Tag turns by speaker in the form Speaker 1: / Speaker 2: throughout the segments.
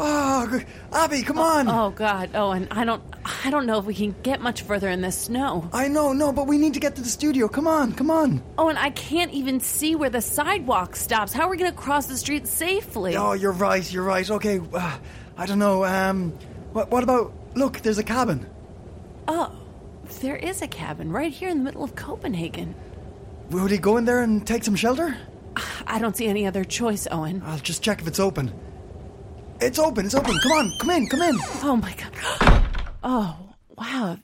Speaker 1: Oh, Abby, come on.
Speaker 2: Oh God. Oh, and I don't. I don't know if we can get much further in this snow.
Speaker 1: I know, no, but we need to get to the studio. Come on, come on.
Speaker 2: Oh, and I can't even see where the sidewalk stops. How are we going to cross the street safely?
Speaker 1: Oh, you're right, you're right. Okay, uh, I don't know. Um, what, what about? Look, there's a cabin.
Speaker 2: Oh, there is a cabin right here in the middle of Copenhagen.
Speaker 1: Would he go in there and take some shelter?
Speaker 2: I don't see any other choice, Owen.
Speaker 1: I'll just check if it's open. It's open, it's open. Come on, come in, come in.
Speaker 2: Oh my God. Oh wow.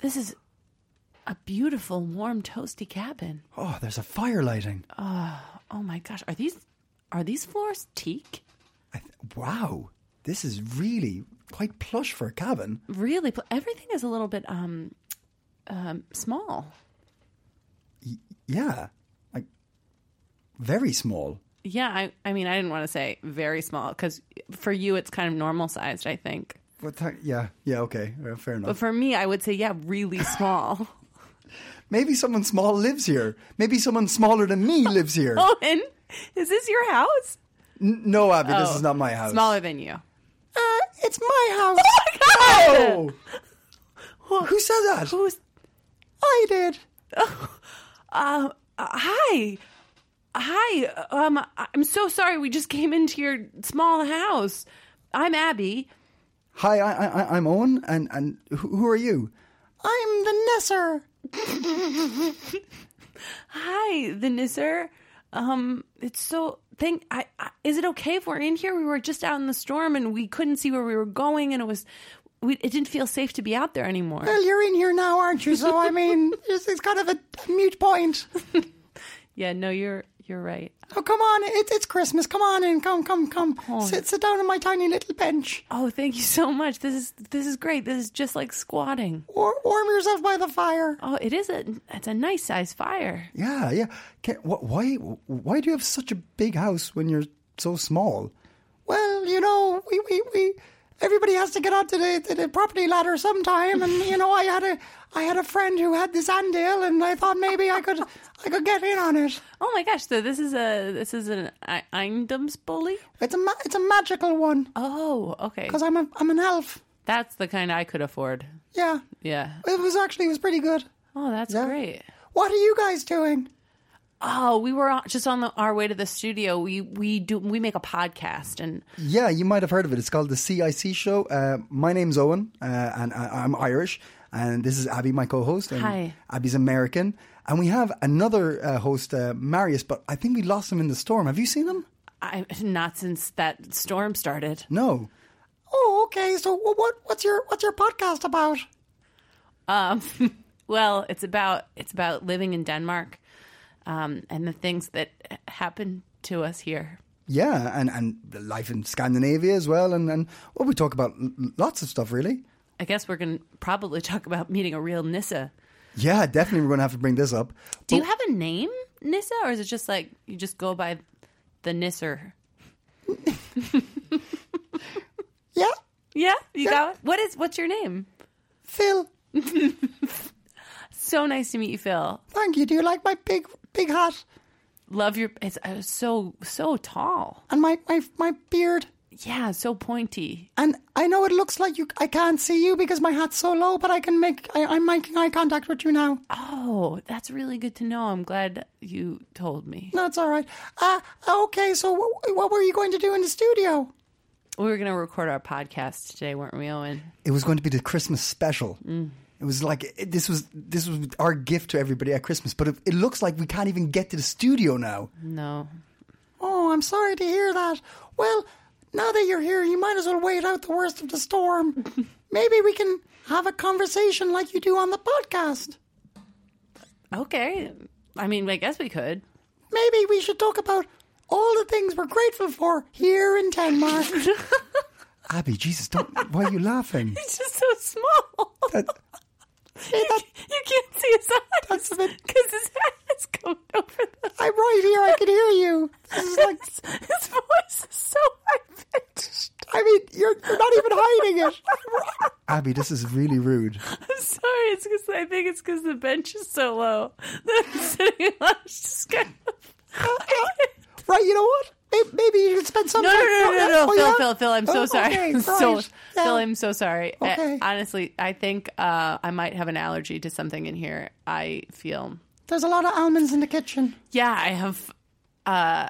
Speaker 2: This is a beautiful, warm, toasty cabin.
Speaker 1: Oh, there's a fire lighting.
Speaker 2: Oh my gosh. Are these are these floors teak?
Speaker 1: I th- wow, this is really quite plush for a cabin.
Speaker 2: Really? pl- Everything is a little bit um um small.
Speaker 1: Yeah, like very small.
Speaker 2: Yeah, I, I mean, I didn't want to say very small because for you, it's kind of normal sized, I think.
Speaker 1: What the- yeah, yeah, okay, uh, fair enough.
Speaker 2: But for me, I would say, yeah, really small.
Speaker 1: Maybe someone small lives here. Maybe someone smaller than me lives here.
Speaker 2: Owen, is this your house?
Speaker 1: N- no, Abby,
Speaker 2: Oh,
Speaker 1: this is not my house.
Speaker 2: Smaller than you.
Speaker 1: Uh, it's my house.
Speaker 2: Oh,
Speaker 1: No! Who said that?
Speaker 2: Who's,
Speaker 1: I did.
Speaker 2: um, uh, hi. Hi. Um, I- I'm so sorry. We just came into your small house. I'm Abby.
Speaker 1: Hi, I, I, I- I'm Owen, and, and who who are you? I'm the Nesser.
Speaker 2: Hi, the Nisser. Um, it's so thank. I, I is it okay if we're in here? We were just out in the storm and we couldn't see where we were going, and it was, we, it didn't feel safe to be out there anymore.
Speaker 1: Well, you're in here now, aren't you? So, I mean, it's, it's kind of a mute point.
Speaker 2: Yeah, no, you're you're right.
Speaker 1: Oh, come on, it, it's Christmas. Come on in. Come, come, come. Sit, sit down on my tiny little bench.
Speaker 2: Oh, thank you so much. This is this is great. This is just like squatting.
Speaker 1: War, warm yourself by the fire.
Speaker 2: Oh, it is a it's a nice size fire.
Speaker 1: Yeah, yeah. Can, wh- why, why do you have such a big house when you're so small? Well, you know, we, we, we everybody has to get onto the, to the property ladder sometime, and you know, I had a, I had a friend who had this anvil, and I thought maybe I could, I could get in on it.
Speaker 2: Oh my gosh! So this is a this is an I- Eindomsbully.
Speaker 1: It's a, ma- it's a magical one
Speaker 2: Oh, okay.
Speaker 1: because I'm a, I'm an elf.
Speaker 2: That's the kind I could afford.
Speaker 1: Yeah,
Speaker 2: Yeah.
Speaker 1: it was actually it was pretty good.
Speaker 2: Oh, that's
Speaker 1: Yeah.
Speaker 2: great.
Speaker 1: What are you guys doing?
Speaker 2: Oh, we were on- just on the, our way to the studio. We we do we make a podcast, and
Speaker 1: Yeah, you might have heard of it. It's called the CIC Show. Uh, my name's Owen, uh, and I, I'm Irish. And this is Abby, my co-host. And
Speaker 2: Hi.
Speaker 1: Abby's American, and we have another uh, host, uh, Marius. But I think we lost him in the storm. Have you seen him?
Speaker 2: I not since that storm started.
Speaker 1: No. Oh, okay. So wh- what what's your what's your podcast about?
Speaker 2: Um, well, it's about it's about living in Denmark, um, and the things that happen to us here.
Speaker 1: Yeah, and and the life in Scandinavia as well, and and well, we talk about l- lots of stuff, really.
Speaker 2: I guess we're gonna probably talk about meeting a real Nissa.
Speaker 1: Yeah, definitely, we're going to have to bring this up.
Speaker 2: Do you have a name, Nissa, or is it just like you just go by the Nisser?
Speaker 1: Yeah,
Speaker 2: Yeah, you got it. What is what's your name?
Speaker 1: Phil.
Speaker 2: So nice to meet you, Phil.
Speaker 1: Thank you. Do you like my big big hat
Speaker 2: Love your. It's uh, so so tall.
Speaker 1: and my my my beard?
Speaker 2: Yeah, so pointy.
Speaker 1: And I know it looks like you. I can't see you because my hat's so low, but I can make. I, I'm making eye contact with you now.
Speaker 2: Oh, that's really good to know. I'm glad you told me.
Speaker 1: No, it's all right. Uh, okay. So wh- what were you going to do in the studio?
Speaker 2: We were going to record our podcast today, weren't we, Owen?
Speaker 1: It was going to be the Christmas special. It was like it, this was this was our gift to everybody at Christmas. But it, it looks like we can't even get to the studio now.
Speaker 2: No.
Speaker 1: Oh, I'm sorry to hear that. Well, now that you're here, you might as well wait out the worst of the storm. Maybe we can have a conversation like you do on the podcast.
Speaker 2: Okay. I mean, I guess we could.
Speaker 1: Maybe we should talk about all the things we're grateful for here in Denmark. Abby, Jesus, don't. Why are you laughing?
Speaker 2: It's just so small. you,
Speaker 1: that-
Speaker 2: you can't see his eyes
Speaker 1: That's a bit-
Speaker 2: because his head is going over the.
Speaker 1: I'm right here. I can hear you. This is like,
Speaker 2: his, his voice is so high pitched.
Speaker 1: I mean, you're, you're not even hiding it. Abby, this is really rude.
Speaker 2: I'm sorry. It's because I think it's because the bench is so low that I'm sitting on it's just kind of.
Speaker 1: Right, you know what? May- Maybe you should spend some
Speaker 2: No, no,
Speaker 1: time.
Speaker 2: no, no, no,
Speaker 1: Oh,
Speaker 2: Phil,
Speaker 1: yeah?
Speaker 2: Phil, Phil, I'm so
Speaker 1: Oh,
Speaker 2: sorry.
Speaker 1: okay,
Speaker 2: I'm so,
Speaker 1: right. Yeah.
Speaker 2: Phil, I'm so sorry. Uh,
Speaker 1: Okay.
Speaker 2: honestly, I think uh, I might have an allergy to something in here. I feel,
Speaker 1: There's a lot of almonds in the kitchen.
Speaker 2: yeah, I have uh,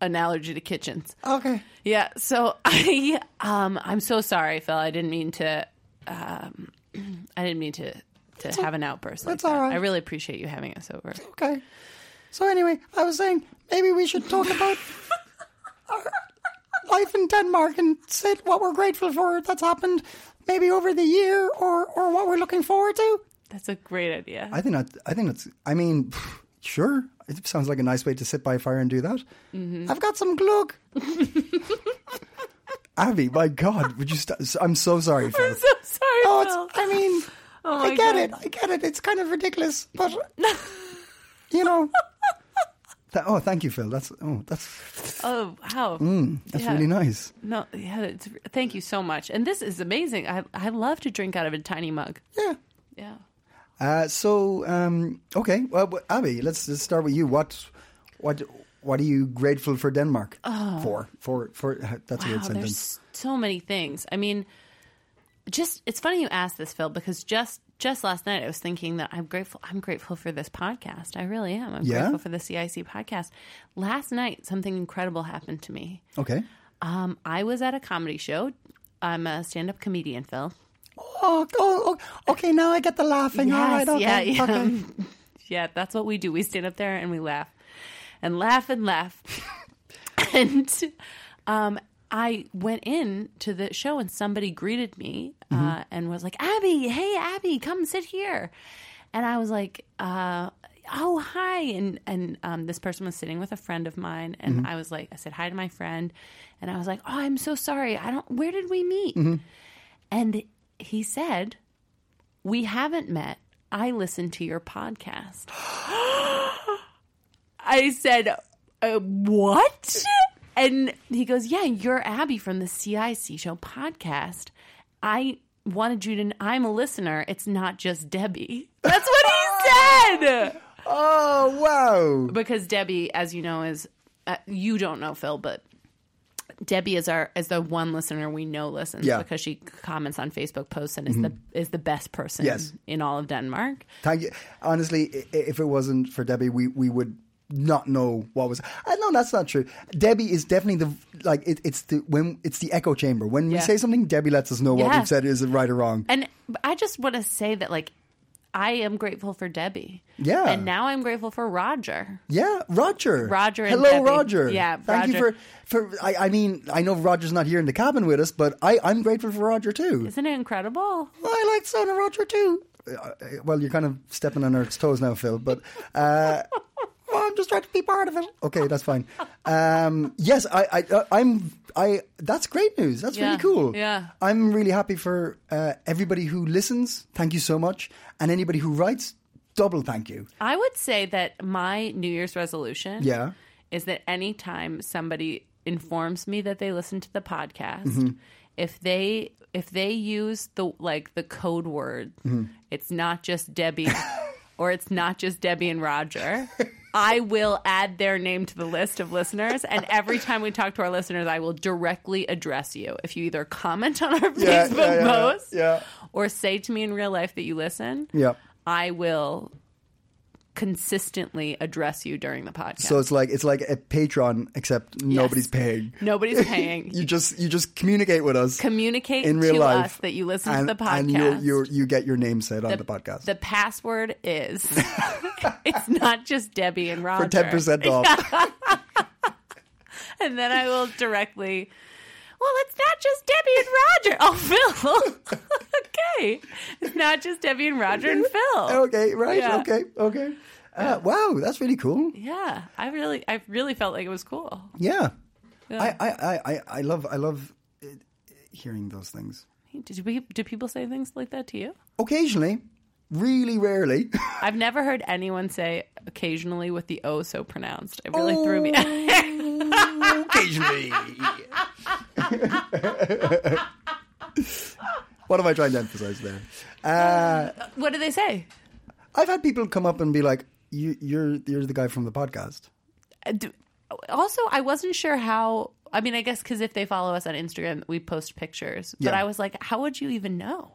Speaker 2: an allergy to kitchens.
Speaker 1: Okay.
Speaker 2: Yeah, so I, um, I'm so sorry, Phil. I didn't mean to, um, I didn't mean to, to have an outburst. Like
Speaker 1: it's all
Speaker 2: that.
Speaker 1: right.
Speaker 2: I really appreciate you having us over.
Speaker 1: Okay. So anyway, I was saying maybe we should talk about our life in Denmark and say what we're grateful for that's happened maybe over the year or, or what we're looking forward to.
Speaker 2: That's a great idea.
Speaker 1: I think that I think that's I mean sure. It sounds like a nice way to sit by a fire and do that.
Speaker 2: Mm-hmm.
Speaker 1: I've got some glug. Abby, my God, would you? St- I'm so sorry, Phil.
Speaker 2: I'm so sorry,
Speaker 1: Oh,
Speaker 2: Phil.
Speaker 1: it's, I mean,
Speaker 2: Oh my
Speaker 1: I get
Speaker 2: God.
Speaker 1: it. I get it. It's kind of ridiculous, but you know. That, oh, thank you, Phil. That's oh, that's
Speaker 2: Oh, wow.
Speaker 1: that's
Speaker 2: Yeah.
Speaker 1: really nice.
Speaker 2: No, yeah, it's, thank you so much. And this is amazing. I I love to drink out of a tiny mug.
Speaker 1: Yeah.
Speaker 2: Yeah.
Speaker 1: Uh, so, um, okay, well, well, Abby, let's, let's start with you. What, what, what are you grateful for Denmark for? For for that's a
Speaker 2: Oh. Wow,
Speaker 1: weird sentence.
Speaker 2: Oh, there's so many things. I mean, just it's funny you asked this, Phil, because just just last night I was thinking that I'm grateful. I'm grateful for this podcast. I really am. I'm
Speaker 1: Yeah?
Speaker 2: grateful for the CIC podcast. Last night, something incredible happened to me.
Speaker 1: Okay.
Speaker 2: Um, I was at a comedy show. I'm a stand-up comedian, Phil.
Speaker 1: Oh, oh, oh, okay. Now I get the laughing. All right. Okay.
Speaker 2: yeah, yeah.
Speaker 1: okay.
Speaker 2: Yeah, that's what we do. We stand up there and we laugh and laugh and laugh. and um, I went in to the show and somebody greeted me uh, and was like, Abby, hey, Abby, come sit here. And I was like, uh, oh, hi. And, and um, this person was sitting with a friend of mine. And I was like, I said hi to my friend. And I was like, oh, I'm so sorry. I don't, where did we meet? And he said, we haven't met. I listened to your podcast. I said, uh, What? And he goes, Yeah, you're Abby from the CIC Show podcast. I wanted you to, kn- I'm a listener. It's not just Debbie. That's what he said.
Speaker 1: Oh wow.
Speaker 2: Because Debbie, as you know, is, uh, you don't know Phil, but. Debbie is our is the one listener we know listens
Speaker 1: Yeah. Mm-hmm.
Speaker 2: because she comments on Facebook posts and is the is the best person
Speaker 1: Yes.
Speaker 2: in all of Denmark.
Speaker 1: Thank you. Honestly, i- i- if it wasn't for Debbie, we, we would not know what was. Uh, no, that's not true. Debbie is definitely the like it, it's the when it's the echo chamber. When we
Speaker 2: Yeah.
Speaker 1: say something, Debbie lets us know what
Speaker 2: Yeah.
Speaker 1: we've said is right or wrong.
Speaker 2: And I just want to say that, like, I am grateful for Debbie.
Speaker 1: Yeah.
Speaker 2: And now I'm grateful for Roger.
Speaker 1: Yeah, Roger.
Speaker 2: Roger and
Speaker 1: Hello,
Speaker 2: Debbie.
Speaker 1: Roger.
Speaker 2: Yeah,
Speaker 1: Thank you
Speaker 2: Roger.
Speaker 1: for for. I, I mean, I know Roger's not here in the cabin with us, but I I'm grateful for Roger too.
Speaker 2: Isn't it incredible?
Speaker 1: Well, I like son of Roger too. Uh, uh, Well, you're kind of stepping on Eric's toes now, Phil. But uh, well, I'm just trying to be part of it. Okay, that's fine. Um, yes, I, I, uh, I'm. I. That's great news. That's really
Speaker 2: Yeah,
Speaker 1: cool.
Speaker 2: yeah.
Speaker 1: I'm really happy for uh, everybody who listens. Thank you so much, and anybody who writes, double thank you.
Speaker 2: I would say that my New Year's resolution
Speaker 1: Yeah.
Speaker 2: is that anytime somebody informs me that they listen to the podcast,
Speaker 1: Mm-hmm.
Speaker 2: if they if they use the like the code word,
Speaker 1: Mm-hmm.
Speaker 2: it's not just Debbie or it's not just Debbie and Roger. I will add their name to the list of listeners, and every time we talk to our listeners, I will directly address you. If you either comment on our
Speaker 1: Yeah,
Speaker 2: Facebook
Speaker 1: yeah, yeah,
Speaker 2: post
Speaker 1: yeah.
Speaker 2: or say to me in real life that you listen,
Speaker 1: Yeah.
Speaker 2: I will consistently address you during the podcast.
Speaker 1: So it's like it's like a Patreon, except nobody's paying.
Speaker 2: Nobody's paying.
Speaker 1: You just you just communicate with us
Speaker 2: Communicate
Speaker 1: in real
Speaker 2: to
Speaker 1: life
Speaker 2: us that you listen
Speaker 1: and,
Speaker 2: to the podcast.
Speaker 1: and you you you get your name said on the podcast.
Speaker 2: The password is it's not just Debbie and Roger.
Speaker 1: for ten percent off.
Speaker 2: And then I will directly Well, it's not just Debbie and Roger. Oh Phil. okay. It's not just Debbie and Roger and Phil.
Speaker 1: okay, right?
Speaker 2: Yeah.
Speaker 1: Okay, okay. Uh, wow, that's really cool.
Speaker 2: Yeah, I really, I really felt like it was cool.
Speaker 1: Yeah, I, I, I, I, I love, I love uh, hearing those things.
Speaker 2: Did we, do people say things like that to you?
Speaker 1: Occasionally, really rarely.
Speaker 2: I've never heard anyone say occasionally with the O so pronounced. It really threw
Speaker 1: Oh.
Speaker 2: me.
Speaker 1: occasionally. what am I trying to emphasize there?
Speaker 2: what do they say?
Speaker 1: I've had people come up and be like, you, "You're you're the guy from the podcast."
Speaker 2: Uh, do- Also, I wasn't sure how. I mean, I guess because if they follow us on Instagram, we post pictures. But
Speaker 1: Yeah.
Speaker 2: I was like, how would you even know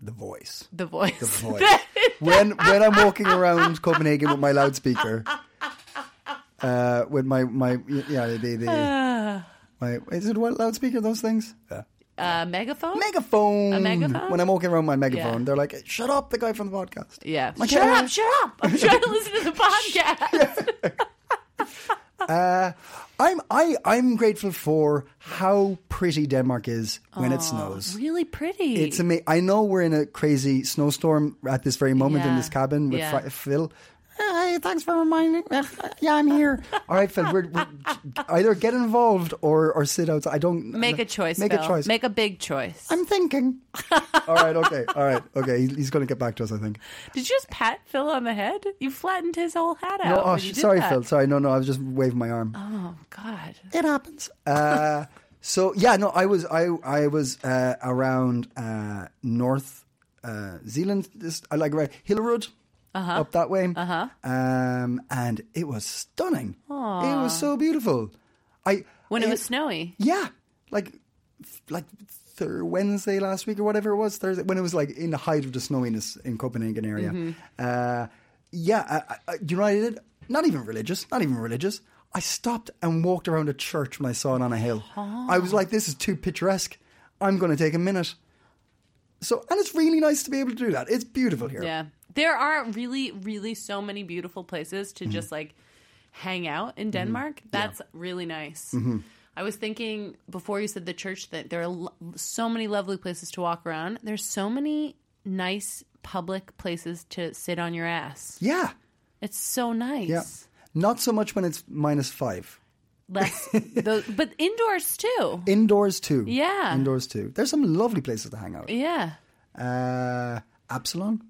Speaker 1: The voice.
Speaker 2: the voice?
Speaker 1: The voice. when when I'm walking around Copenhagen with my loudspeaker, uh, with my my yeah the, the my is it what loudspeaker those things? Yeah.
Speaker 2: uh, megaphone.
Speaker 1: Megaphone.
Speaker 2: A megaphone?
Speaker 1: When I'm walking around my megaphone,
Speaker 2: Yeah.
Speaker 1: they're like, "Shut up, the guy from the podcast."
Speaker 2: yeah.
Speaker 1: My
Speaker 2: shut
Speaker 1: God.
Speaker 2: up! Shut up! I'm trying to listen to the podcast.
Speaker 1: I'm I I'm grateful for how pretty Denmark is when it snows.
Speaker 2: Really pretty.
Speaker 1: It's amazing. I know we're in a crazy snowstorm at this very moment in
Speaker 2: Yeah.
Speaker 1: this cabin with
Speaker 2: Yeah.
Speaker 1: Fri- Phil. Hey, thanks for reminding. Yeah, I'm here. All right, Phil. We're, we're either get involved or or sit outside. I don't
Speaker 2: Make a choice.
Speaker 1: Make
Speaker 2: Phil.
Speaker 1: a choice.
Speaker 2: Make a big choice.
Speaker 1: I'm thinking. all right. Okay. All right. Okay. He's, he's going to get back to us. I think.
Speaker 2: Did you just pat Phil on the head? You flattened his whole hat out.
Speaker 1: No, oh,
Speaker 2: when you
Speaker 1: sh-
Speaker 2: did
Speaker 1: sorry,
Speaker 2: that.
Speaker 1: Phil. Sorry. No, no. I was just waving my arm.
Speaker 2: Oh God.
Speaker 1: it happens. Uh, so yeah, no, I was I I was uh, around uh, North uh, Zealand. This I like around Hillerud. Up that way, uh-huh. um, and it was stunning. It was so beautiful. I
Speaker 2: When it was snowy.
Speaker 1: yeah, like like th- Wednesday last week or whatever it was Thursday when it was like in the height of the snowiness in Copenhagen area.
Speaker 2: Mm-hmm.
Speaker 1: Uh, yeah, I, I, I- you know what I did? Not even religious. Not even religious. I stopped and walked around a church when I saw it on a hill.
Speaker 2: Oh.
Speaker 1: I was like, this is too picturesque. I'm going to take a minute. So, and it's really nice to be able to do that. It's beautiful here.
Speaker 2: Yeah. There are really, really so many beautiful places to just like hang out in Denmark. That's really nice. I was thinking before you said the church that there are lo- so many lovely places to walk around. There's so many nice public places to sit on your ass.
Speaker 1: Yeah.
Speaker 2: It's so nice.
Speaker 1: Yeah. Not so much when it's minus five.
Speaker 2: Less, those, but indoors too.
Speaker 1: Indoors too.
Speaker 2: Yeah.
Speaker 1: Indoors too. There's some lovely places to hang out.
Speaker 2: Yeah.
Speaker 1: Uh, Absalon?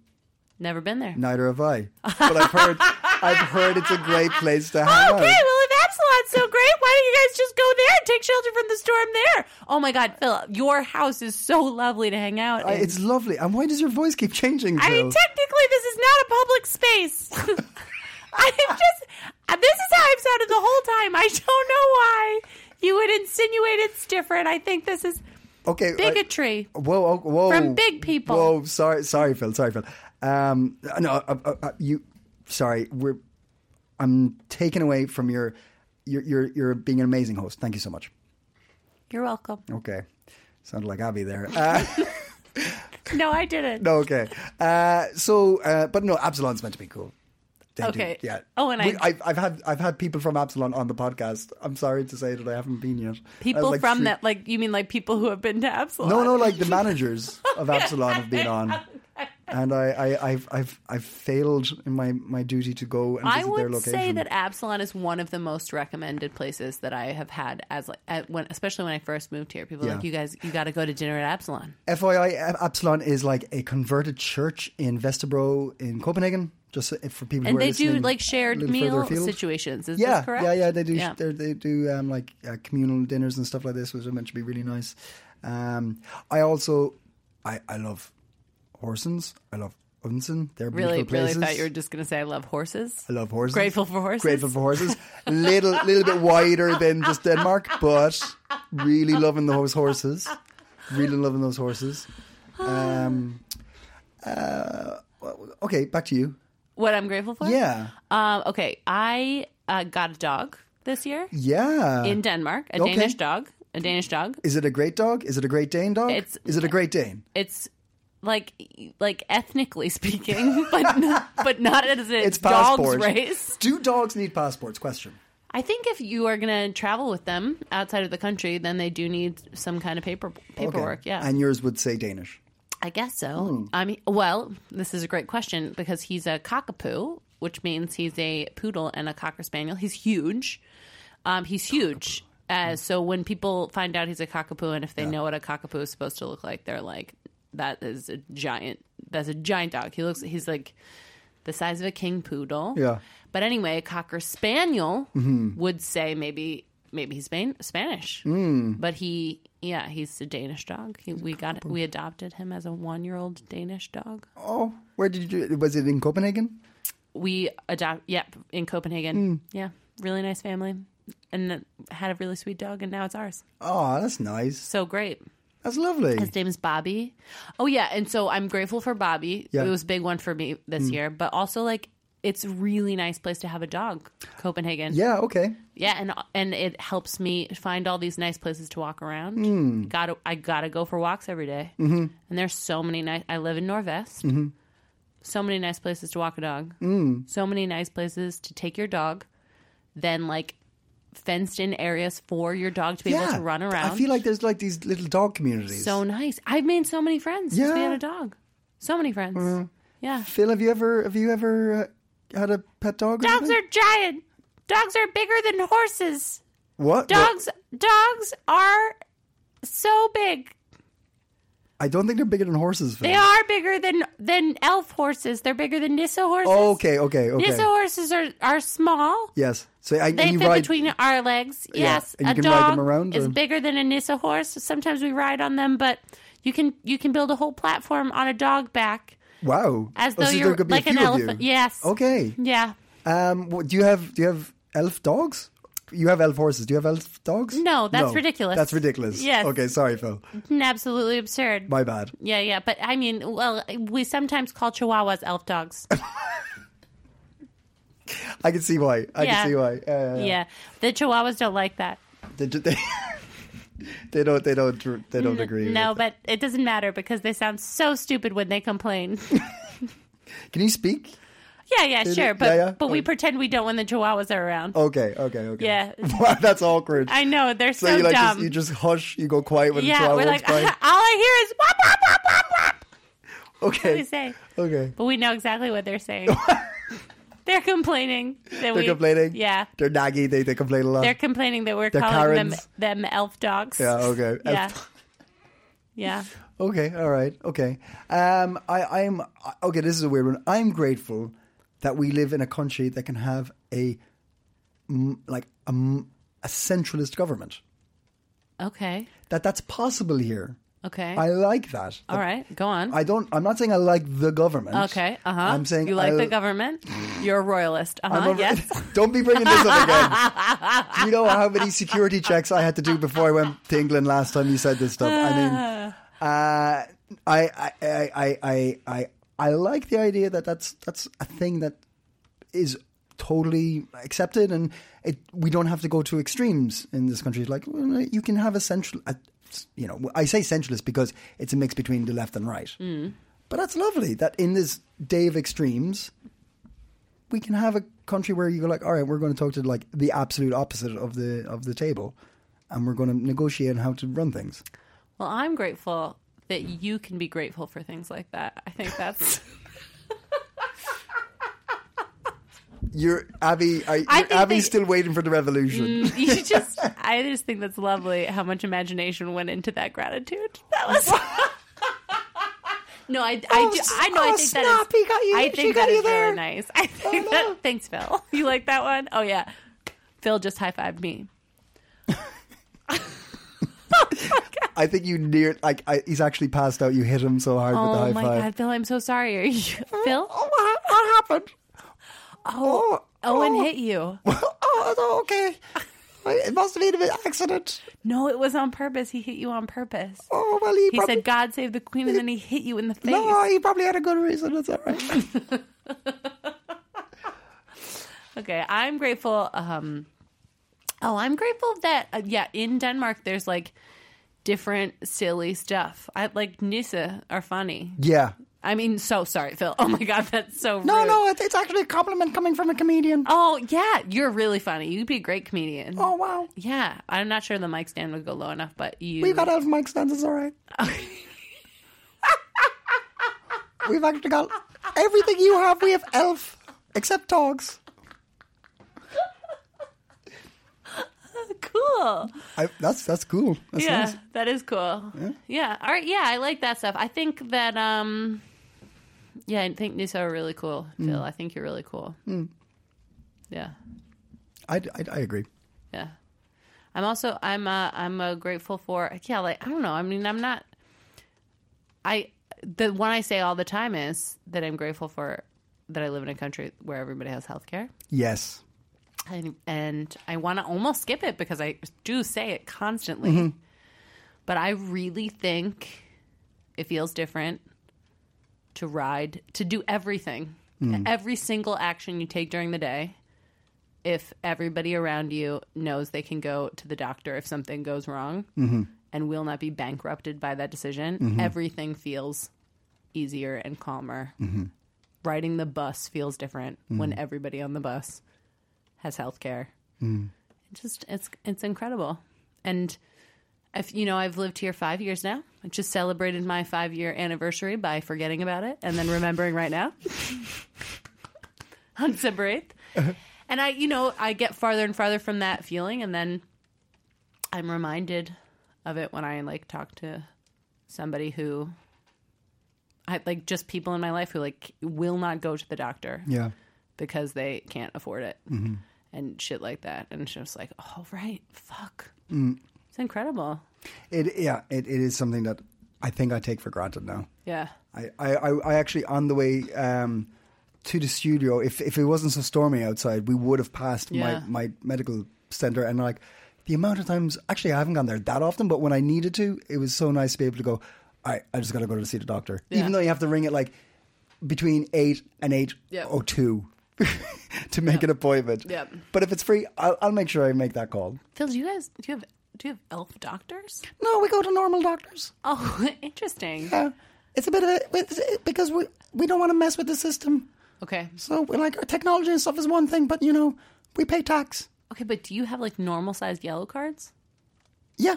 Speaker 2: Never been there.
Speaker 1: Neither have I. But I've heard, I've heard it's a great place to hang
Speaker 2: Oh, Okay, well,
Speaker 1: out.
Speaker 2: if Absalon's so great, why don't you guys just go there and take shelter from the storm there? Oh my God, Phil, your house is so lovely to hang out.
Speaker 1: I-
Speaker 2: in.
Speaker 1: Uh, It's lovely. And why does your voice keep changing?
Speaker 2: I
Speaker 1: Phil?
Speaker 2: mean, technically, this is not a public space. I'm just. uh, This is how I've sounded the whole time. I don't know why you would insinuate it's different. I think this is
Speaker 1: okay. I-
Speaker 2: bigotry.
Speaker 1: whoa, oh, whoa.
Speaker 2: From big people.
Speaker 1: Whoa, sorry, sorry, Phil. Sorry, Phil. Um, no, uh, uh, uh, you. Sorry, we're. I'm taken away from your. You're, you're you're being an amazing host. Thank you so much.
Speaker 2: You're welcome.
Speaker 1: Okay, sounded like Abby there. Uh,
Speaker 2: No, I didn't.
Speaker 1: no, okay. Uh, so, uh, but no, Absalon's meant to be cool. They do,
Speaker 2: Okay.
Speaker 1: yeah.
Speaker 2: Oh, and I-
Speaker 1: have I've had I've had people from Absalon on the podcast. I'm sorry to say that I haven't been yet.
Speaker 2: People
Speaker 1: That's like
Speaker 2: from
Speaker 1: three-
Speaker 2: that, like you mean, like people who have been to Absalon?
Speaker 1: No, no, like the managers of Absalon have been on, and I, I I've I've I've failed in my my duty to go and
Speaker 2: I
Speaker 1: visit their
Speaker 2: would
Speaker 1: location.
Speaker 2: say that Absalon is one of the most recommended places that I have had as like at when especially when I first moved here. People are
Speaker 1: Yeah.
Speaker 2: like you guys you got to go to dinner at Absalon.
Speaker 1: FYI, Ab- Absalon is like a converted church in Vesterbro in Copenhagen. Just so- for people who
Speaker 2: And
Speaker 1: are
Speaker 2: they do
Speaker 1: listening
Speaker 2: like
Speaker 1: a
Speaker 2: shared
Speaker 1: little further
Speaker 2: meal
Speaker 1: afield.
Speaker 2: situations. Is
Speaker 1: yeah,
Speaker 2: this correct?
Speaker 1: Yeah, yeah, they do. they're- They do um, like uh, communal dinners and stuff like this, which are meant to be really nice. Um, I also, I, I love Horsens. I love Unsen. They're
Speaker 2: Really,
Speaker 1: beautiful places.
Speaker 2: really thought you were just going to say I love horses.
Speaker 1: I love horses.
Speaker 2: Grateful for horses.
Speaker 1: Grateful for horses. little, little bit wider than just Denmark, but really loving those horses. Really loving those horses. Um, uh, okay, back to you.
Speaker 2: What I'm grateful for?
Speaker 1: Yeah,
Speaker 2: Um, okay, I uh, got a dog this year
Speaker 1: yeah.
Speaker 2: in Denmark, a
Speaker 1: Okay.
Speaker 2: Danish dog, a Danish dog.
Speaker 1: Is it a great dog? Is it a Great Dane dog?
Speaker 2: It's-
Speaker 1: is it a Great Dane?
Speaker 2: It's like e, like ethnically speaking, but not, but not as a
Speaker 1: It's
Speaker 2: dog's
Speaker 1: passport.
Speaker 2: race.
Speaker 1: Do dogs need passports? Question.
Speaker 2: I think if you are going to travel with them outside of the country, then they do need some kind of paper paperwork. Yeah,
Speaker 1: And yours would say Danish.
Speaker 2: I guess so. I mean, well, this is a great question because he's a cockapoo, which means he's a poodle and a cocker spaniel. He's huge. Um, he's huge. Uh, so when people find out he's a cockapoo, and if they know what a cockapoo is supposed to look like, they're like, "That is a giant. That's a giant dog. He looks. He's like the size of a king poodle.
Speaker 1: Yeah.
Speaker 2: But anyway, a cocker spaniel would say maybe maybe he's Span- Spanish, but he yeah he's a Danish dog. He, we got we adopted him as a one year old Danish dog.
Speaker 1: Oh, where did you do it? Was it in Copenhagen?
Speaker 2: we adopt yep in copenhagen yeah really nice family and then had a really sweet dog and now it's ours
Speaker 1: Oh, that's nice.
Speaker 2: so great
Speaker 1: That's lovely.
Speaker 2: his name is bobby oh yeah and so i'm grateful for bobby
Speaker 1: Yeah.
Speaker 2: it was a big one for me this year but also like it's a really nice place to have a dog copenhagen
Speaker 1: Yeah, okay.
Speaker 2: Yeah, and and it helps me find all these nice places to walk around.
Speaker 1: Hmm.
Speaker 2: Got to I gotta go for walks every day. Mm-hmm. and there's so many nice. I live in Norvest.
Speaker 1: Mm-hmm.
Speaker 2: So many nice places to walk a dog. Mm. So many nice places to take your dog. Then like fenced in areas for your dog to be
Speaker 1: yeah.
Speaker 2: able to run around.
Speaker 1: I feel like there's like these little dog communities.
Speaker 2: so nice. I've made so many friends since we
Speaker 1: Yeah. Mm-hmm.
Speaker 2: had a dog. So many friends. Yeah,
Speaker 1: Phil, have you ever have you ever uh, had a pet dog? or
Speaker 2: dogs
Speaker 1: anything?
Speaker 2: are giant. Dogs are bigger than horses.
Speaker 1: what?
Speaker 2: Dogs dogs are so big.
Speaker 1: I don't think they're bigger than horses. Phil.
Speaker 2: They are bigger than than elf horses. They're bigger than Nissa horses.
Speaker 1: Okay, okay, okay.
Speaker 2: Nissa horses are, are small.
Speaker 1: Yes. So I,
Speaker 2: They
Speaker 1: and you
Speaker 2: fit
Speaker 1: ride,
Speaker 2: between our legs.
Speaker 1: Yeah,
Speaker 2: Yes,
Speaker 1: and you
Speaker 2: a
Speaker 1: can
Speaker 2: dog
Speaker 1: ride them around,
Speaker 2: is
Speaker 1: or-
Speaker 2: bigger than a Nissa horse. Sometimes we ride on them, but you can you can build a whole platform on a dog back
Speaker 1: Wow.
Speaker 2: as
Speaker 1: Oh,
Speaker 2: though
Speaker 1: so there
Speaker 2: you're
Speaker 1: could be a
Speaker 2: like an
Speaker 1: few of
Speaker 2: elephant.
Speaker 1: you.
Speaker 2: Yes.
Speaker 1: Okay.
Speaker 2: Yeah.
Speaker 1: Um. What, do you have Do you have elf dogs? You have elf horses. Do you have elf dogs?
Speaker 2: No, that's ridiculous.
Speaker 1: That's ridiculous.
Speaker 2: Yes.
Speaker 1: Okay. Sorry, Phil.
Speaker 2: Absolutely absurd.
Speaker 1: My bad.
Speaker 2: Yeah, yeah, but I mean, well, we sometimes call chihuahuas elf dogs.
Speaker 1: I can see why. I
Speaker 2: Yeah.
Speaker 1: can see why. Uh,
Speaker 2: yeah. The chihuahuas don't like that.
Speaker 1: They, ju- they, they don't. They don't. They don't agree. with
Speaker 2: Mm, No,
Speaker 1: it.
Speaker 2: but it doesn't matter because they sound so stupid when they complain.
Speaker 1: Can you speak?
Speaker 2: yeah, yeah,
Speaker 1: yeah,
Speaker 2: sure, but
Speaker 1: yeah.
Speaker 2: but we
Speaker 1: Oh.
Speaker 2: pretend we don't when the chihuahuas are around.
Speaker 1: Okay. Okay. Okay.
Speaker 2: Yeah.
Speaker 1: Wow, that's awkward.
Speaker 2: I know they're so,
Speaker 1: so you like
Speaker 2: dumb.
Speaker 1: just, you just hush. You go quiet when the
Speaker 2: yeah,
Speaker 1: child
Speaker 2: we're
Speaker 1: walks
Speaker 2: like all
Speaker 1: by.
Speaker 2: I hear is wop wop wop wop wop.
Speaker 1: okay.
Speaker 2: What we say,
Speaker 1: Okay.
Speaker 2: but we know exactly what they're saying. they're complaining. That
Speaker 1: They're
Speaker 2: we,
Speaker 1: complaining.
Speaker 2: Yeah,
Speaker 1: They're naggy. They they complain a lot.
Speaker 2: they're complaining that we're
Speaker 1: They're
Speaker 2: calling
Speaker 1: Karens.
Speaker 2: them them elf dogs.
Speaker 1: yeah. Okay.
Speaker 2: yeah, yeah.
Speaker 1: Okay, all right, okay. Um, I, I'm I- okay. This is a weird one. I'm grateful that we live in a country that can have a mm, like a, mm, a centralist government.
Speaker 2: Okay,
Speaker 1: That that's possible here.
Speaker 2: okay.
Speaker 1: I like that.
Speaker 2: all right, go on.
Speaker 1: I don't. I'm not saying I like the government.
Speaker 2: Okay, uh huh.
Speaker 1: I'm saying
Speaker 2: you like
Speaker 1: I-
Speaker 2: the government. You're a royalist. Uh
Speaker 1: I'm
Speaker 2: huh.
Speaker 1: a-
Speaker 2: Yes.
Speaker 1: don't be bringing this up again. Do you know how many security checks I had to do before I went to England last time you said this stuff? I mean, uh, I, I, I, I, I, I, I like the idea that that's that's a thing that is totally accepted, and it we don't have to go to extremes in this country. Like well, you can have a central, a, you know, I say centralist because it's a mix between the left and right. But that's lovely that in this day of extremes, we can have a country where you go like, all right, we're going to talk to like the absolute opposite of the of the table, and we're going to negotiate on how to run things.
Speaker 2: Well, I'm grateful that you can be grateful for things like that. I think that's.
Speaker 1: You're Abby. Are,
Speaker 2: I
Speaker 1: you're,
Speaker 2: think Mm.
Speaker 1: Abby's
Speaker 2: they-
Speaker 1: still waiting for the revolution.
Speaker 2: you just. I just think that's lovely how much imagination went into that gratitude. That was. No, I, I, do, I know. I
Speaker 1: oh,
Speaker 2: think that is.
Speaker 1: snap, he got you-
Speaker 2: I
Speaker 1: she
Speaker 2: think
Speaker 1: got
Speaker 2: that
Speaker 1: you
Speaker 2: is
Speaker 1: there.
Speaker 2: really nice. I think
Speaker 1: Oh,
Speaker 2: that.
Speaker 1: no.
Speaker 2: Thanks, Phil. You like that one? Oh yeah, Phil just high fived me.
Speaker 1: I think you near like I, he's actually passed out. You hit him so hard with the
Speaker 2: Oh
Speaker 1: high
Speaker 2: my
Speaker 1: five.
Speaker 2: god, Phil! I'm so sorry. Are you, Phil?
Speaker 1: Oh, what, what happened?
Speaker 2: Oh,
Speaker 1: Oh,
Speaker 2: Owen
Speaker 1: oh.
Speaker 2: hit you.
Speaker 1: oh, no, okay. It must have been an accident.
Speaker 2: No, it was on purpose. He hit you on purpose.
Speaker 1: Oh well, he,
Speaker 2: He
Speaker 1: probably
Speaker 2: said, "God save the queen," and then he hit you in the face.
Speaker 1: no. He probably had a good reason. It's all right.
Speaker 2: Okay, I'm grateful. Um, oh, I'm grateful that uh, yeah, in Denmark there's like different silly stuff. I like Nissa are funny.
Speaker 1: yeah.
Speaker 2: I mean, so sorry, Phil. Oh my god, that's so rude.
Speaker 1: No, no, it, it's actually a compliment coming from a comedian.
Speaker 2: Oh yeah, you're really funny. You'd be a great comedian.
Speaker 1: Oh wow.
Speaker 2: Yeah, I'm not sure the mic stand would go low enough, but you.
Speaker 1: We've got elf mic stands, it's all right. We've actually got everything you have, we have elf. except dogs.
Speaker 2: cool.
Speaker 1: I, that's that's cool. That's
Speaker 2: yeah,
Speaker 1: nice.
Speaker 2: that is cool. Yeah. All right. Yeah, I like that stuff. I think that um, yeah, I think Nusa are really cool, Phil.
Speaker 1: Mm.
Speaker 2: I think you're really cool. Yeah,
Speaker 1: I, I, I agree.
Speaker 2: yeah. I'm also I'm uh, I'm uh, grateful for yeah. Like I don't know. I mean, I'm not. I the one I say all the time is that I'm grateful for that I live in a country where everybody has health care.
Speaker 1: Yes.
Speaker 2: I, and I want to almost skip it because I do say it constantly. But I really think it feels different to ride, to do everything, every single action you take during the day. If everybody around you knows they can go to the doctor if something goes wrong and will not be bankrupted by that decision, everything feels easier and calmer. Riding the bus feels different when everybody on the bus has health care. It's just it's it's incredible. And if you know, I've lived here five years now. I just celebrated my five year anniversary by forgetting about it and then remembering right now on December eighth. And I, you know, I get farther and farther from that feeling, and then I'm reminded of it when I like talk to somebody who, I like just people in my life who like will not go to the doctor
Speaker 1: Yeah.
Speaker 2: because they can't afford it and shit like that. And she was like, oh, right, fuck. It's incredible.
Speaker 1: It yeah. It, it is something that I think I take for granted now.
Speaker 2: Yeah.
Speaker 1: I, I, I I actually on the way um, to the studio, if if it wasn't so stormy outside, we would have passed
Speaker 2: Yeah.
Speaker 1: my, my medical center and like the amount of times actually I haven't gone there that often, but when I needed to, it was so nice to be able to go, All right, I just gotta go to see the doctor.
Speaker 2: Yeah.
Speaker 1: Even though you have to ring it like between eight and eight
Speaker 2: Yep.
Speaker 1: oh two to make an appointment.
Speaker 2: Yep.
Speaker 1: But if it's free, I'll, I'll make sure I make that call.
Speaker 2: Phil, do you guys, do you have, do you have elf doctors?
Speaker 1: No, we go to normal doctors.
Speaker 2: Oh, interesting.
Speaker 1: Yeah. It's a bit of a it's- it- because we we don't want to mess with the system.
Speaker 2: Okay.
Speaker 1: So, we're like, our technology and stuff is one thing, but you know, we pay tax.
Speaker 2: Okay, but do you have like normal sized yellow cards?
Speaker 1: Yeah.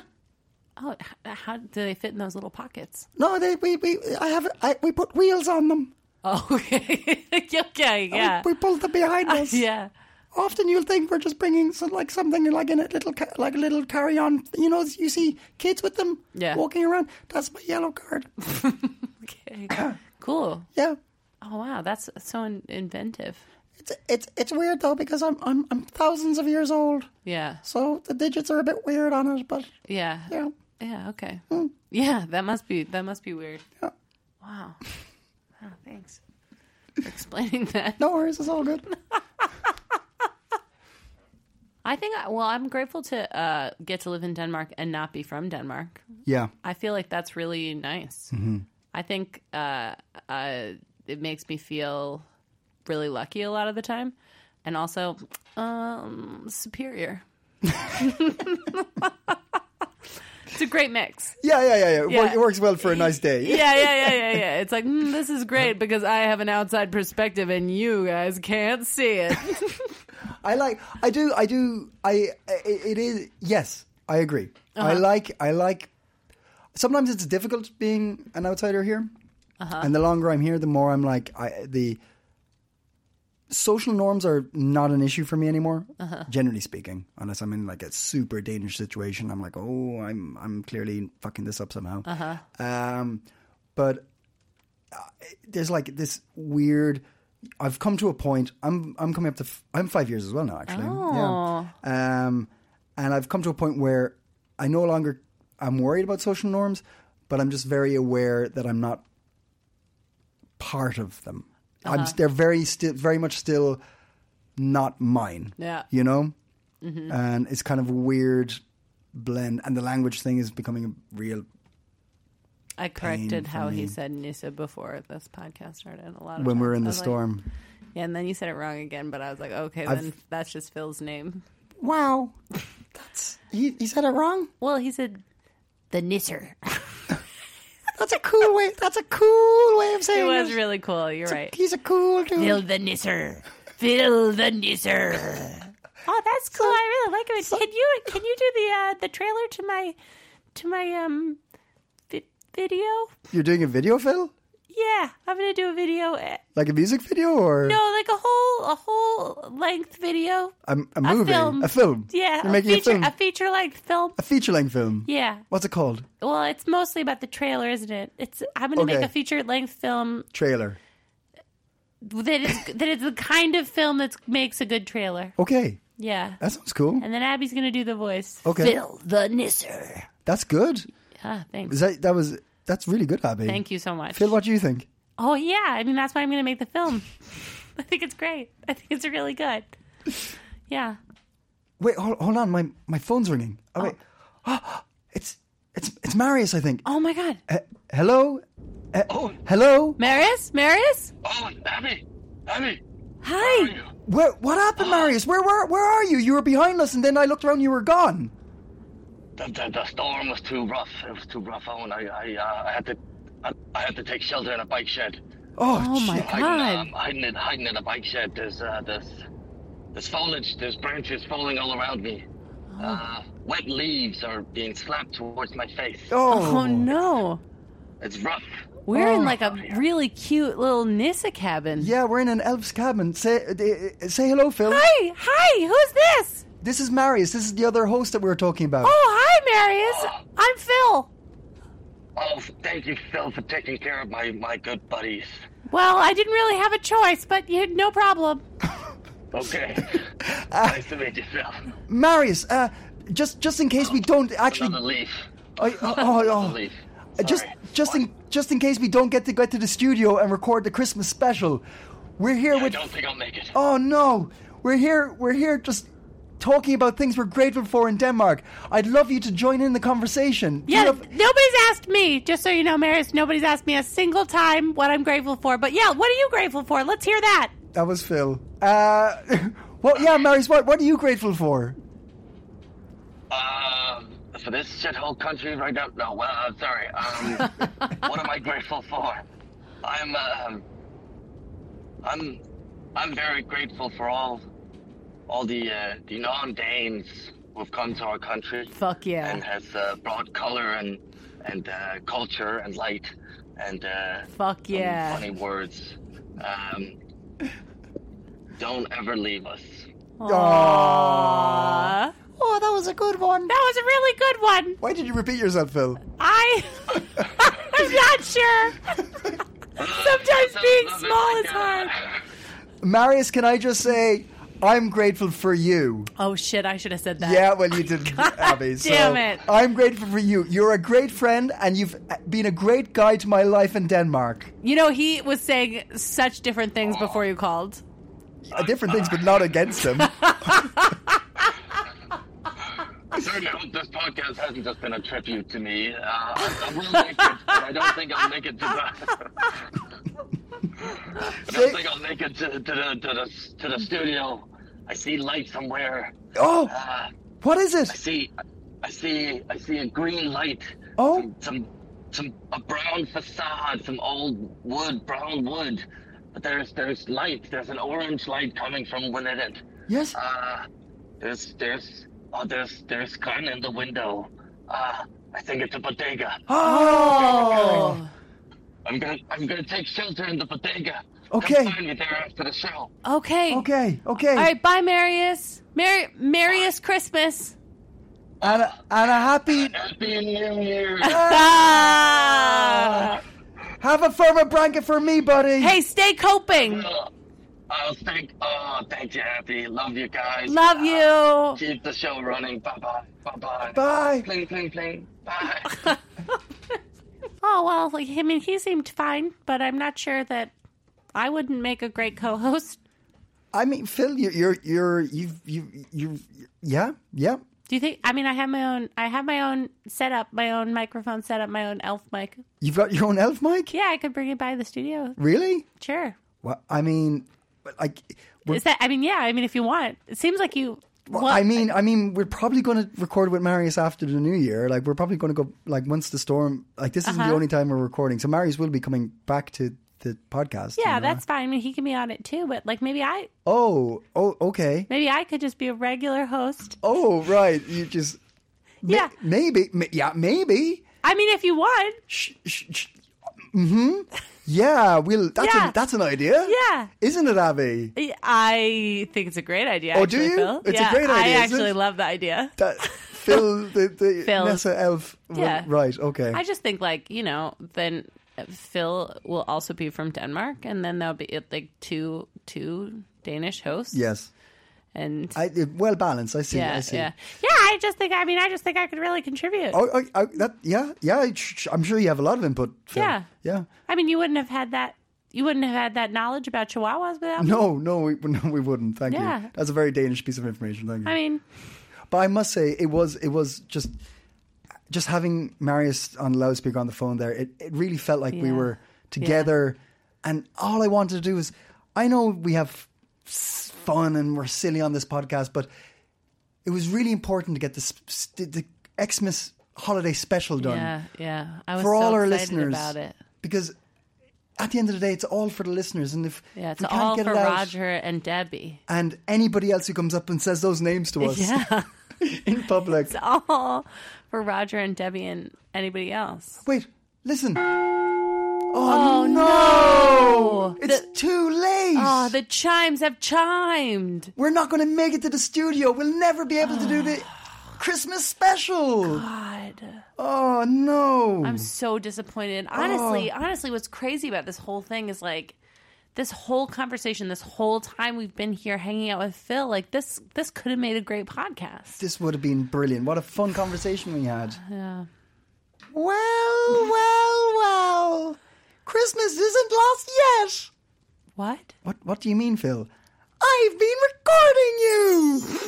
Speaker 2: Oh, h- how do they fit in those little pockets?
Speaker 1: No, they, we, we, I have, I, we put wheels on them.
Speaker 2: Oh, okay. okay, yeah.
Speaker 1: We, we pull them behind us.
Speaker 2: yeah.
Speaker 1: Often you'll think we're just bringing some, like something like in a little, ca- like a little carry on. You know, you see kids with them
Speaker 2: Yeah.
Speaker 1: walking around. That's my yellow card.
Speaker 2: Okay. cool.
Speaker 1: Yeah.
Speaker 2: Oh, wow. That's so in- inventive.
Speaker 1: It's, it's, it's weird though, because I'm, I'm, I'm thousands of years old.
Speaker 2: Yeah.
Speaker 1: So the digits are a bit weird on it, but
Speaker 2: Yeah.
Speaker 1: yeah.
Speaker 2: Yeah, okay. Yeah, that must be that must be weird.
Speaker 1: Yeah.
Speaker 2: Wow. Oh, thanks for explaining that.
Speaker 1: No worries. It's all good.
Speaker 2: I think I, well, I'm grateful to uh, get to live in Denmark and not be from Denmark.
Speaker 1: Yeah.
Speaker 2: I feel like that's really nice. I think uh, uh, it makes me feel really lucky a lot of the time, and also um, superior. it's a great mix.
Speaker 1: Yeah, yeah, yeah, yeah. It,
Speaker 2: Yeah.
Speaker 1: wor- it works well for a nice day.
Speaker 2: yeah, yeah, yeah, yeah, yeah. It's like mm, this is great because I have an outside perspective and you guys can't see it.
Speaker 1: I like. I do. I do. I. i- It is. Yes, I agree. I like. I like. Sometimes it's difficult being an outsider here, and the longer I'm here, the more I'm like. I the social norms are not an issue for me anymore. Generally speaking, unless I'm in like a super dangerous situation, I'm like, oh, I'm I'm clearly fucking this up somehow. Um, but uh, there's like this weird. I've come to a point. I'm I'm coming up to. F- I'm five years as well now, actually.
Speaker 2: Oh.
Speaker 1: Yeah. Um, and I've come to a point where I no longer I'm worried about social norms, but I'm just very aware that I'm not part of them.
Speaker 2: Uh-huh.
Speaker 1: I'm. They're very still, very much still not mine.
Speaker 2: Yeah. Mm-hmm.
Speaker 1: You know. And it's kind of a weird blend, and the language thing is becoming a real
Speaker 2: I corrected how he said Nissa before this podcast started. A lot of
Speaker 1: when
Speaker 2: times.
Speaker 1: we're in
Speaker 2: I
Speaker 1: the
Speaker 2: was like-
Speaker 1: storm.
Speaker 2: yeah, and then you said it wrong again. But I was like, okay,
Speaker 1: I've-
Speaker 2: then that's just Phil's name.
Speaker 1: Wow. That's he, he said it wrong.
Speaker 2: Well, he said the Nisser.
Speaker 1: That's a cool way. That's a cool way of
Speaker 2: It
Speaker 1: saying
Speaker 2: was really cool. You're right.
Speaker 1: He's a cool dude.
Speaker 2: Phil the Nisser. Phil the Nisser. Oh, that's cool. I really like it. can you can you do the uh, the trailer to my to my um vi- video?
Speaker 1: You're doing a video, Phil?
Speaker 2: yeah, I'm gonna do a video. eh,
Speaker 1: Like a music video or
Speaker 2: No, like a whole a whole length video.
Speaker 1: a, a movie?
Speaker 2: film.
Speaker 1: A film.
Speaker 2: Yeah,
Speaker 1: You're
Speaker 2: a
Speaker 1: making
Speaker 2: feature,
Speaker 1: a film. A
Speaker 2: feature length film.
Speaker 1: feature length film.
Speaker 2: Yeah.
Speaker 1: What's it called?
Speaker 2: Well, it's mostly about the trailer, isn't it? It's I'm gonna make
Speaker 1: Okay.
Speaker 2: a feature length film
Speaker 1: Trailer.
Speaker 2: that is that is the kind of film that makes a good trailer.
Speaker 1: Okay.
Speaker 2: Yeah.
Speaker 1: That sounds cool.
Speaker 2: And then Abby's gonna do the voice.
Speaker 1: Uh, Okay.
Speaker 2: Phil the Nisser.
Speaker 1: That's good.
Speaker 2: Ah, thanks.
Speaker 1: Is that that was that's really good, Abby.
Speaker 2: Thank you so much.
Speaker 1: Phil, what do you think?
Speaker 2: Oh yeah, I mean that's why I'm going to make the film. I think it's great. I think it's really good. Yeah.
Speaker 1: Wait, hold, hold on. My my phone's ringing. Oh, wait. it's it's it's Marius, I think.
Speaker 2: Oh my god,
Speaker 1: He- hello? He-
Speaker 3: Oh.
Speaker 1: Hello?
Speaker 2: Marius, Marius,
Speaker 3: Oh, Abby, Abby, where are
Speaker 2: hi.
Speaker 3: you?
Speaker 1: Where what happened, Marius? Where where where are you? You were behind us and then I looked around you were gone.
Speaker 3: The, the, the storm was too rough. It was too rough. Oh, and I, I, uh, I had to, I, I had to take shelter in a bike shed.
Speaker 1: Oh,
Speaker 2: Oh my
Speaker 1: shit.
Speaker 3: Hiding,
Speaker 2: god.
Speaker 3: um, hiding in, hiding in a bike shed. There's, uh, there's, there's foliage. There's branches falling all around me.
Speaker 1: Oh.
Speaker 3: Uh, wet leaves are being slapped towards my face.
Speaker 1: Oh.
Speaker 2: Oh no,
Speaker 3: It's rough.
Speaker 2: we're in like a really cute little Nissa cabin.
Speaker 1: Yeah, we're in an elf's cabin. Say uh, say hello, Phil.
Speaker 2: Hi, hi. Who's this?
Speaker 1: This is Marius. This is the other host that we were talking about.
Speaker 2: Oh hi, Marius. I'm Phil.
Speaker 3: Oh, thank you, Phil, for taking care of my, my good buddies.
Speaker 2: Well, I didn't really have a choice, but you no problem.
Speaker 3: Okay. nice to meet you, Phil.
Speaker 1: Marius, uh, just just in case we don't actually
Speaker 3: Another leaf.
Speaker 1: I, oh, oh, oh.
Speaker 3: Leaf.
Speaker 1: Uh, Just,
Speaker 3: Sorry.
Speaker 1: just in, just in case we don't get to get to the studio and record the Christmas special, we're here
Speaker 3: I
Speaker 1: with.
Speaker 3: don't think I'll make it.
Speaker 1: Oh no, we're here. We're here just talking about things we're grateful for in Denmark. I'd love you to join in the conversation. Do you
Speaker 2: Yeah,
Speaker 1: have-
Speaker 2: nobody's asked me. Just so you know, Marius, nobody's asked me a single time what I'm grateful for. But yeah, what are you grateful for? Let's hear that.
Speaker 1: that was Phil. Uh, what? Yeah, Marius. What? What are you grateful for?
Speaker 3: Uh, for this shithole country right now. No, well, I'm sorry. Um, what am I grateful for? I'm, um, I'm, I'm very grateful for all, all the uh, the non-Danes who've come to our country
Speaker 2: Fuck yeah.
Speaker 3: and has uh, brought color and and uh, culture and light and uh,
Speaker 2: Fuck
Speaker 3: some
Speaker 2: yeah.
Speaker 3: funny words. Um, don't ever leave us.
Speaker 2: Aw.
Speaker 1: Oh, that was a good one.
Speaker 2: That was a really good one.
Speaker 1: Why did you repeat yourself, Phil?
Speaker 2: I I'm not sure. Sometimes being
Speaker 3: Oh
Speaker 2: small is hard.
Speaker 1: Marius, can I just say, I'm grateful for you.
Speaker 2: Oh shit, I should have said that.
Speaker 1: Yeah, well, you didn't, Abby. So
Speaker 2: damn it.
Speaker 1: I'm grateful for you. You're a great friend, and you've been a great guide to my life in Denmark.
Speaker 2: You know, he was saying such different things before you called.
Speaker 1: Uh, Different things, but not against him.
Speaker 3: I certainly hope this podcast hasn't just been a tribute to me. Uh, I, I will make it, but I don't think I'll make it to the. I don't think I'll make it to, to, the, to, the, to the studio. I see light somewhere.
Speaker 1: Oh,
Speaker 3: Uh,
Speaker 1: what is
Speaker 3: I
Speaker 1: it?
Speaker 3: see, I see, I see a green light.
Speaker 1: Oh.
Speaker 3: Some, some, some a brown facade, some old wood, brown wood. But there's there's light. There's an orange light coming from within it.
Speaker 1: Yes.
Speaker 3: Uh, there's there's oh there's there's gun in the window. Uh, I think it's a bodega.
Speaker 1: Oh,
Speaker 3: I'm gonna I'm gonna take shelter in the bodega.
Speaker 1: Okay.
Speaker 3: Come find me there after the show.
Speaker 2: Okay.
Speaker 1: okay, okay.
Speaker 2: All right, bye Marius. Merry Marius Christmas.
Speaker 1: And, a, and a happy.
Speaker 3: Happy New Year.
Speaker 2: Ah.
Speaker 1: Have a firmer blanket for me, buddy.
Speaker 2: Hey, stay coping.
Speaker 3: Uh, I'll thank oh thank you, Happy. Love you guys.
Speaker 2: Love you.
Speaker 3: Keep the show running. Bye bye. Bye bye.
Speaker 1: Bye.
Speaker 3: Pling pling pling. Bye.
Speaker 2: Oh well, like, I mean, he seemed fine, but I'm not sure that I wouldn't make a great co-host.
Speaker 1: I mean, Phil, you're, you're, you're, you've, you, you, yeah, yeah.
Speaker 2: Do you think? I mean, I have my own. I have my own setup, my own microphone setup, my own elf mic.
Speaker 1: You've got your own elf mic?
Speaker 2: Yeah, I could bring it by the studio.
Speaker 1: Really?
Speaker 2: Sure.
Speaker 1: Well, I mean, but like, we're-
Speaker 2: Is that? I mean, yeah. I mean, if you want, it seems like you.
Speaker 1: Well, I mean, I mean, we're probably going to record with Marius after the new year. Like, we're probably going to go like once the storm. Like, this isn't the
Speaker 2: Uh-huh.
Speaker 1: only time we're recording, so Marius will be coming back to the podcast. you
Speaker 2: yeah,
Speaker 1: know?
Speaker 2: that's fine. I mean, he can be on it too. But like, maybe I,
Speaker 1: Oh, oh, okay.
Speaker 2: maybe I could just be a regular host.
Speaker 1: Oh, right. You just ma-
Speaker 2: Yeah.
Speaker 1: maybe, ma- yeah, maybe.
Speaker 2: I mean, if you want,
Speaker 1: Shh, shh, shh. mm-hmm. Yeah, we'll. That's,
Speaker 2: Yeah.
Speaker 1: A, that's an idea.
Speaker 2: Yeah.
Speaker 1: Isn't it, Abby?
Speaker 2: I think it's a great idea.
Speaker 1: Oh, do
Speaker 2: actually,
Speaker 1: you?
Speaker 2: Phil.
Speaker 1: It's a
Speaker 2: yeah,
Speaker 1: great idea,
Speaker 2: I
Speaker 1: isn't
Speaker 2: actually
Speaker 1: it?
Speaker 2: love the idea.
Speaker 1: That Phil, the, the
Speaker 2: Phil.
Speaker 1: Nessa elf. r-
Speaker 2: Yeah.
Speaker 1: Right, okay.
Speaker 2: I just think like you know then Phil will also be from Denmark, and then there'll be like two two Danish hosts.
Speaker 1: yes.
Speaker 2: and
Speaker 1: I, it- well balanced, I see.
Speaker 2: yeah,
Speaker 1: I see.
Speaker 2: yeah, yeah. I just think I mean I just think I could really contribute.
Speaker 1: Oh, I, I, that, yeah, yeah. I- sh- sh- I'm sure you have a lot of input. Phil.
Speaker 2: Yeah.
Speaker 1: yeah.
Speaker 2: I mean you wouldn't have had that you wouldn't have had that knowledge about Chihuahuas without. me.
Speaker 1: No, no, we, no, we wouldn't. Thank
Speaker 2: Yeah.
Speaker 1: you. That's a very Danish piece of information. Thank you.
Speaker 2: I mean
Speaker 1: But I must say, it was it was just just having Marius on loudspeaker on the phone there. It it really felt like we
Speaker 2: Yeah.
Speaker 1: were together, and all I wanted to do is I know we have s- fun and we're silly on this podcast, but it was really important to get this the Xmas holiday special done
Speaker 2: yeah, yeah. I was
Speaker 1: Um, for
Speaker 2: so
Speaker 1: all our
Speaker 2: excited
Speaker 1: listeners
Speaker 2: about it.
Speaker 1: because. At the end of the day, it's all for the listeners, and if
Speaker 2: Yeah, it's
Speaker 1: we can't
Speaker 2: all
Speaker 1: get
Speaker 2: for
Speaker 1: it out,
Speaker 2: Roger and Debbie.
Speaker 1: and anybody else who comes up and says those names to us
Speaker 2: Yeah,
Speaker 1: in public,
Speaker 2: it's all for Roger and Debbie and anybody else.
Speaker 1: Wait, listen.
Speaker 2: Oh,
Speaker 1: Oh,
Speaker 2: no.
Speaker 1: no. It's too late.
Speaker 2: Oh, the chimes have chimed.
Speaker 1: We're not going to make it to the studio. We'll never be able to do the Christmas special.
Speaker 2: God.
Speaker 1: Oh no.
Speaker 2: I'm so disappointed. Honestly,
Speaker 1: Oh.
Speaker 2: honestly, what's crazy about this whole thing is like this whole conversation, this whole time we've been here hanging out with Phil, like this this could have made a great podcast.
Speaker 1: this would have been brilliant. What a fun conversation we had.
Speaker 2: Yeah.
Speaker 1: Well, well, well. Christmas isn't lost yet.
Speaker 2: What?
Speaker 1: What what do you mean, Phil? I've been recording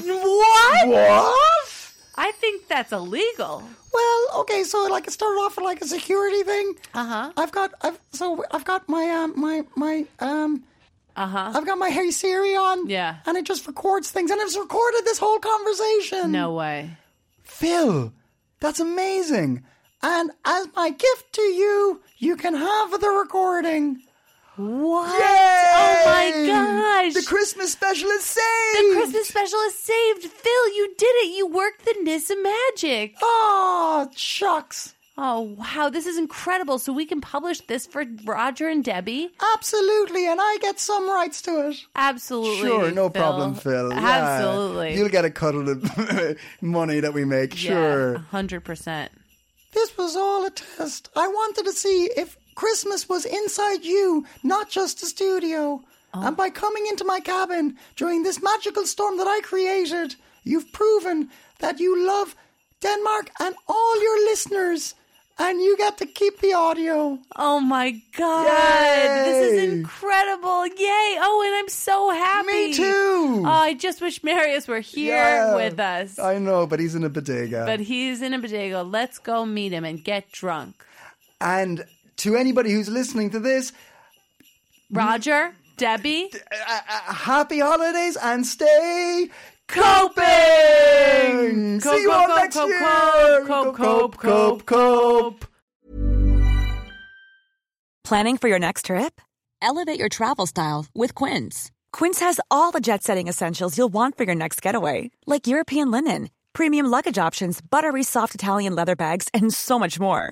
Speaker 1: you. What? What?
Speaker 2: I think that's illegal.
Speaker 1: Well, okay, so like it started off with like a security thing. Uh
Speaker 2: Uh-huh.
Speaker 1: huh. I've got I've so I've got my um my my um. Uh huh. I've got my Hey Siri on.
Speaker 2: Uh-huh. Yeah.
Speaker 1: And it just records things, and it's recorded this whole conversation.
Speaker 2: No way.
Speaker 1: Phil, that's amazing. And as my gift to you, you can have the recording.
Speaker 2: What?
Speaker 1: Oh
Speaker 2: my gosh.
Speaker 1: The Christmas special is saved.
Speaker 2: The Christmas special is saved. Phil, you did it. You worked the Nissa magic.
Speaker 1: Oh, shucks.
Speaker 2: Oh, wow. This is incredible. So we can publish this for Roger and Debbie?
Speaker 1: Absolutely, and I get some rights to it.
Speaker 2: Absolutely.
Speaker 1: Sure, no problem, Phil. Yeah.
Speaker 2: Absolutely.
Speaker 1: You'll get a cut of the money that we make, sure.
Speaker 2: Yeah, 100%.
Speaker 1: This was all a test. I wanted to see if Christmas was inside you, not just the studio.
Speaker 2: Oh.
Speaker 1: And by coming into my cabin during this magical storm that I created, you've proven that you love Denmark and all your listeners, and you get to keep the audio.
Speaker 2: Oh my god! This is
Speaker 1: Yay.
Speaker 2: incredible! Yay! Oh, and I'm so happy.
Speaker 1: Me too.
Speaker 2: Oh, I just wish Marius were here
Speaker 1: Yeah.
Speaker 2: with us,
Speaker 1: I know, but he's in a bodega.
Speaker 2: but he's in a bodega. Let's go meet him and get drunk.
Speaker 1: and to anybody who's listening to this,
Speaker 2: Roger, Debbie,
Speaker 1: happy holidays and stay
Speaker 2: coping.
Speaker 1: coping. See you all next
Speaker 2: cope,
Speaker 1: year.
Speaker 2: cope, cope, cope,
Speaker 1: cope.
Speaker 4: Planning for your next trip? Elevate your travel style with Quince. Quince has all the jet setting essentials you'll want for your next getaway, like European linen, premium luggage options, buttery soft Italian leather bags, and so much more.